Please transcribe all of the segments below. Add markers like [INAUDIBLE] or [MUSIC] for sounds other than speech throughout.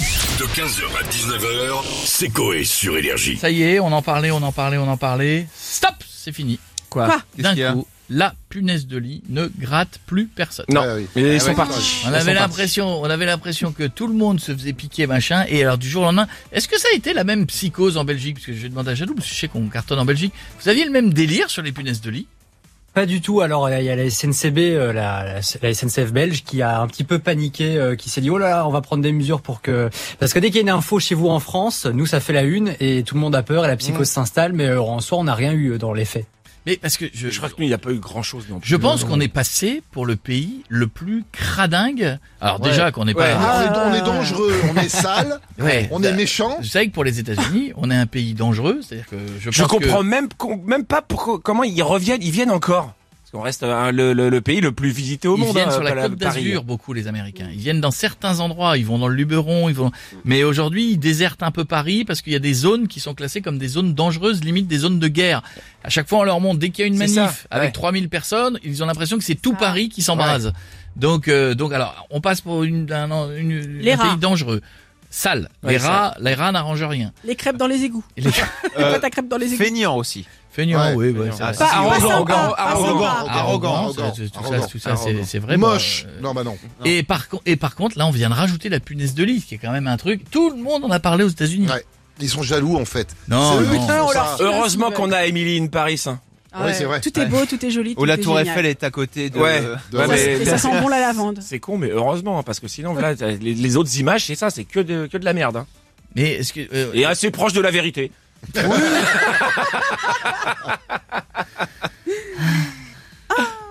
De 15h à 19h, c'est Coé sur Énergie. Ça y est, on en parlait, on en parlait, on en parlait. Stop, c'est fini. Quoi, D'un coup, la punaise de lit ne gratte plus personne. Non, Ouais, oui. mais ils sont Ah ouais. partis. On Ils sont avait partis. l'impression, on avait l'impression que tout le monde se faisait piquer machin. Et alors du jour au lendemain, est-ce que ça a été la même psychose en Belgique Parce que je vais demander à Jadou, parce que je sais qu'on cartonne en Belgique. Vous aviez le même délire sur les punaises de lit Pas du tout. Alors euh, il y a la SNCB, euh, la, la SNCF belge, qui a un petit peu paniqué, euh, qui s'est dit oh là là, on va prendre des mesures pour que parce que dès qu'il y a une info chez vous en France, nous ça fait la une et tout le monde a peur et la psychose s'installe, mais euh, en soi on n'a rien eu euh, dans les faits. Mais parce que je, Je crois que nous, il n'y a pas eu grand chose non plus. je pense qu'on est passé pour le pays le plus cradingue. Alors Ouais. déjà qu'on n'est Ah, Ouais, pas. Ah. on, est, on est dangereux, on est sale, Ouais. Bah, on est méchant. Vous savez que pour les États-Unis, on est un pays dangereux. C'est-à-dire que je, Je pense que- comprends même, qu'on- même pas pourquoi- comment ils reviennent, ils viennent encore. Parce qu'on reste euh, le, le- le pays le plus visité au ils monde. viennent hein, sur la pas Côte Paris. d'Azur, beaucoup les Américains. Ils viennent dans certains endroits, ils vont dans le Luberon, ils vont. Mais aujourd'hui, ils désertent un peu Paris parce qu'il y a des zones qui sont classées comme des zones dangereuses, limite des zones de guerre. À chaque fois, on leur montre dès qu'il y a une manif C'est ça, avec ouais. 3000 personnes, ils ont l'impression que c'est tout Paris qui s'embrase. Donc, euh, donc alors, on passe pour une, un, une- Les un rats. pays dangereux. Sale. Ouais, les rats, les rats n'arrangent rien. Les crêpes dans les égouts. [LAUGHS] Et les- Les Euh, boîtes à crêpes dans les égouts. Feignant aussi. Feignants, oui, Ouais, ouais, feignants. c'est vrai. Pas, arrogant, pas sympa, arrogant, pas sympa. arrogant. Arrogant, arrogant, tout ça, arrogant, tout ça, c'est arrogant. c'est vrai. Moche. bah, euh, Non, bah non. Et par, con- et par contre, là, on vient de rajouter la punaise de lit, ce qui est quand même un truc. Tout le monde en a parlé aux États-Unis. Ouais. Ils sont jaloux en fait. Non, C'est eux non. qui font Putain, Ah, on ça. leur- Heureusement qu'on a Emily in Paris. Hein. Ah Ouais, c'est vrai. Tout est beau, tout est joli. Où Oh, la tout est tour génial. Eiffel est à côté de... Ouais. de- Ouais, Ça, mais- et ça sent bon la lavande. C'est con, mais heureusement, hein, parce que sinon, voilà, t'as- les, les autres images, c'est ça, c'est que de, que de la merde. hein. Mais est-ce que euh, Et assez proche de la vérité.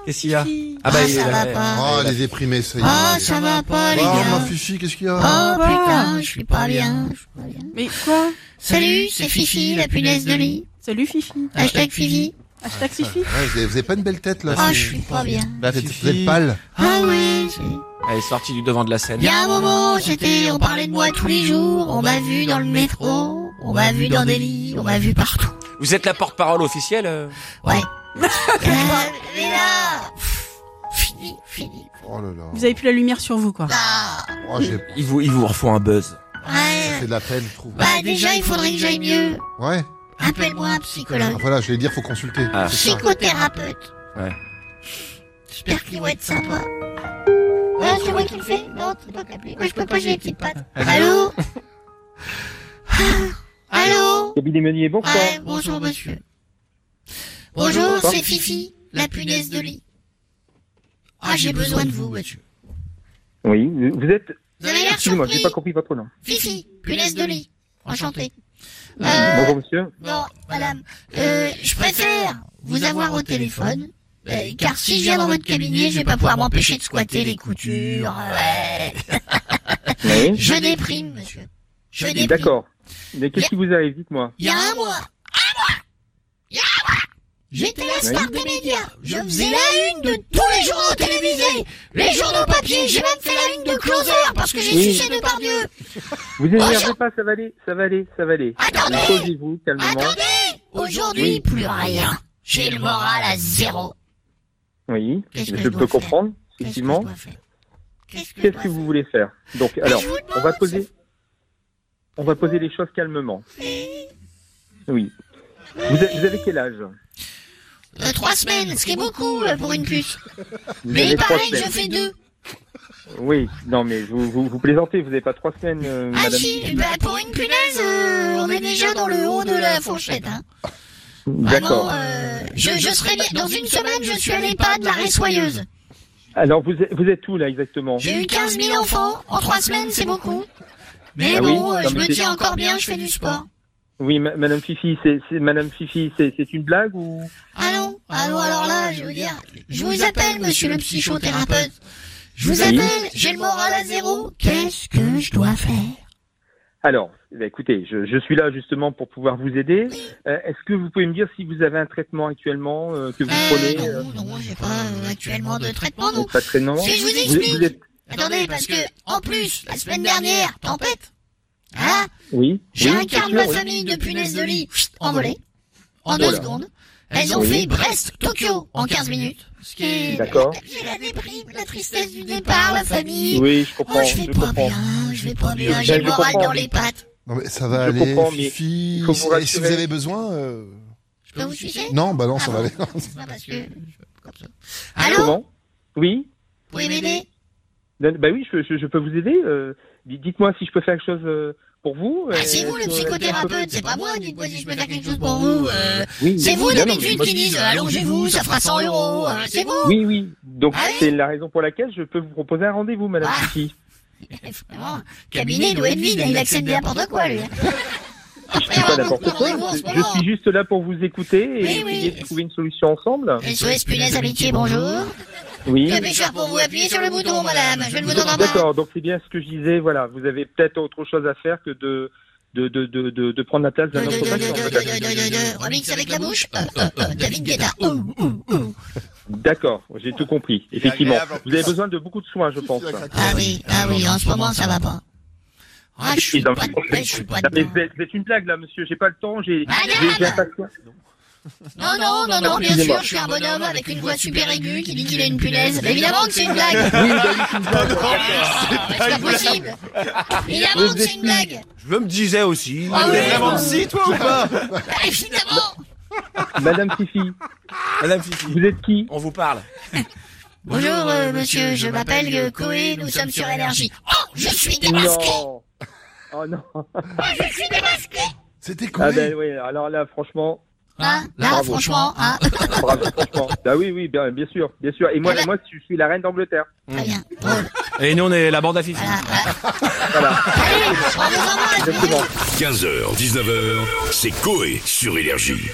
Qu'est-ce qu'il y a Ah bah, il- ouais. Oh, les déprimés, ça y est. Ah, ça va pas, les Oh, ma gars. fifi, qu'est-ce qu'il y a Oh, putain, je suis pas bien. je suis pas bien. Mais quoi Salut, c'est Fifi, la punaise de lit. Salut Fifi. Hashtag Fifi. Hashtag Fifi. Ouais, vous, avez, vous avez pas une belle tête là. Ah, je suis pas bien. La Vous êtes, Fifi. vous êtes pâle. Ah oui. c'est- Elle est sortie du devant de la scène. Il y a un moment, c'était, on parlait de moi tous les jours. On m'a vu dans le métro. On m'a vu dans des lits. On m'a vu [LAUGHS] partout. Vous êtes la porte-parole officielle euh Ouais. Euh, Mais là, pff, fini, fini. Oh là là. Vous avez plus la lumière sur vous, quoi. Ah, Oh, j'ai- ils vous, ils vous refont un buzz. ça fait ouais. de la peine, je trouve. Bah, déjà, il faudrait que j'aille mieux. Ouais. Appelle-moi un Ah, psychologue. voilà, je vais dire, faut consulter. Ah. C'est ça. Psychothérapeute. Ouais. J'espère qu'il va être sympa. Ouais, Ah, c'est moi qui le fais. Non, c'est toi qui l'appeler. Moi, je peux pas, j'ai les petites pattes. Allô Allô Cabinet Meunier, bonsoir. Ouais, bonjour, monsieur. Bonjour, c'est Fifi, la punaise de lit. Ah, j'ai besoin de vous, monsieur. Oui, vous êtes. Vous avez l'air Excusez-moi, surpris. j'ai pas compris votre nom. Fifi, punaise de lit. Enchanté. Bonjour Euh, monsieur. non, madame. Euh, je préfère vous avoir au téléphone. euh, car si je viens dans votre cabinet, je vais pas pouvoir m'empêcher de squatter les coutures. ouais. Oui. Je déprime, monsieur. Je déprime. D'accord. Mais qu'est-ce qui vous arrive Dites-moi. Il y a un mois. Un mois Il y a un mois J'étais la star des médias. Je faisais la une de tous les journaux télévisés. Les journaux papier. J'ai même fait la une de Closer parce que j'ai Oui. sucé de par Dieu. Vous énervez pas, ça va aller, ça va aller, ça va aller. Oh, Attendez. Posez-vous calmement. Attendez Aujourd'hui, Oui. plus rien. J'ai le moral à zéro. Oui, Qu'est-ce que je je peux dois faire comprendre, Qu'est-ce que effectivement. je dois faire Qu'est-ce que, je Qu'est-ce dois que vous faire voulez faire Donc, alors, je vous on va demande, poser, on va poser les choses calmement. Oui. Vous avez, vous avez quel âge Euh, Trois semaines, ce qui est beaucoup euh, pour une puce. Vous Mais avez il trois paraît que je semaines. fais deux. Oui, non mais vous, vous, vous plaisantez, vous n'avez pas trois semaines, euh, Ah madame. si, bah, pour une punaise, euh, on est déjà dans le haut de la fourchette. Hein. D'accord. Vraiment, euh, je, je serai bien- dans une semaine, je suis à l'EHPAD, la ressoyeuse. Ah, Alors vous êtes, vous êtes où là exactement J'ai eu 15 000 enfants, en trois semaines, c'est beaucoup. Mais Ah oui, bon, euh, non, je mais me c'est- tiens encore bien, je fais du sport. Oui, ma- Madame Fifi, c'est c'est- Madame Fifi, c'est c'est une blague ou Ah non, ah non, alors là, je veux dire, je vous appelle, monsieur le psychothérapeute. Je vous appelle, j'ai le moral à zéro. Qu'est-ce que je dois faire Alors, eh bien, écoutez, je, je suis là justement pour pouvoir vous aider. Euh, Est-ce que vous pouvez me dire si vous avez un traitement actuellement euh, que vous euh, prenez euh, Non, non, j'ai pas euh, actuellement de traitement, non. Pas de traitement Si je Ah vous Vous- explique. vous êtes- Attendez, parce que, en plus, la semaine dernière, tempête. Hein Oui. oui, bien J'incarne sûr, ma oui. famille de punaise de lit, chut, envolée, en Voilà. deux secondes. Ah, Elles ont fait Brest-Tokyo en 15 minutes. Ce qui est- D'accord. J'ai la déprime, la tristesse du départ, la famille. Oui, je Oh, comprends, je vais je pas comprends. bien, je vais pas bien, Je- j'ai je le moral comprends. dans les pattes. Non, mais ça va Je aller. comprends, mais Fifi. il faut vous Et si vous rassurer. avez besoin. euh, Je peux vous sucer Non, bah non, ça Ah va bon. aller. [LAUGHS] C'est pas parce que... Comme ça. Allô Comment Oui Vous pouvez m'aider Ben ben oui, je, je- je peux vous aider. euh, di- Dites-moi si je peux faire quelque chose euh, pour vous. Ah, euh, c'est vous le est-ce que- psychothérapeute, c'est pas moi, dites-moi si je peux faire quelque chose pour vous. euh, Oui, C'est vous évidemment. d'habitude qui disent euh, allongez-vous, ça fera 100 euros, euh, c'est vous Oui, oui. Donc Ah oui c'est la raison pour laquelle je peux vous proposer un rendez-vous, Madame Ah. Fifi. Vraiment, Hein, cabinet doit être vide, il accède n'importe quoi lui. Je dis pas n'importe quoi. rendez-vous Ah, en ce Je je moment. suis juste là pour vous écouter et Oui, oui. essayer de trouver une solution ensemble. SOS punaise amitié, bonjour. Oui. Que puis-je faire pour vous Appuyez sur le bouton, madame, je ne vous donne pas. D'accord. Donc c'est bien ce que je disais. Voilà, vous avez peut-être autre chose à faire que de de de de de, de prendre la place d'un Deux, deux, autre deux, deux, deux, patient. deux, peut-être. deux, deux, deux, Remix avec la bouche. Euh, euh, euh, David Guetta. Ouh, ouh, ouh. D'accord. J'ai tout compris. Effectivement. agréable, en Vous avez besoin de beaucoup de soins, je pense. Fifi, la craquette. Ah oui, ah oui, en ce moment ça va pas. Ah, je suis Et dans- pas dedans, je suis pas Non, mais dedans. vous êtes- vous êtes une blague là, monsieur. J'ai pas le temps. J'ai Madame j'ai- j'ai un patient. Non, non, non, non, bien Excusez-moi. sûr, je suis un bonhomme avec une voix super aiguë qui dit qu'il est une punaise. Mais évidemment que c'est une blague. [LAUGHS] C'est pas possible. Évidemment que c'est une blague. Je me disais aussi. Ah oui. T'es vraiment psy, toi, ou pas Ah, Évidemment. Madame Fifi, Madame Fifi, vous êtes qui on vous parle. Bonjour, euh, monsieur, je m'appelle euh, Coé, nous sommes sur énergie. Oh, je suis démasqué. Non. Oh non. Je suis démasqué. C'était cool. Ah ben oui. Alors là, franchement. Hein, là, Bravo. franchement, hein. Bravo, franchement. Bah oui, oui, bien, bien sûr, bien sûr. Et moi, moi, je suis la reine d'Angleterre. Très bien. Drôle. Et nous, on est la bande à Fifi. Voilà. Allez, on vous embrasse. 15h, 19h, c'est Coé sur Énergie.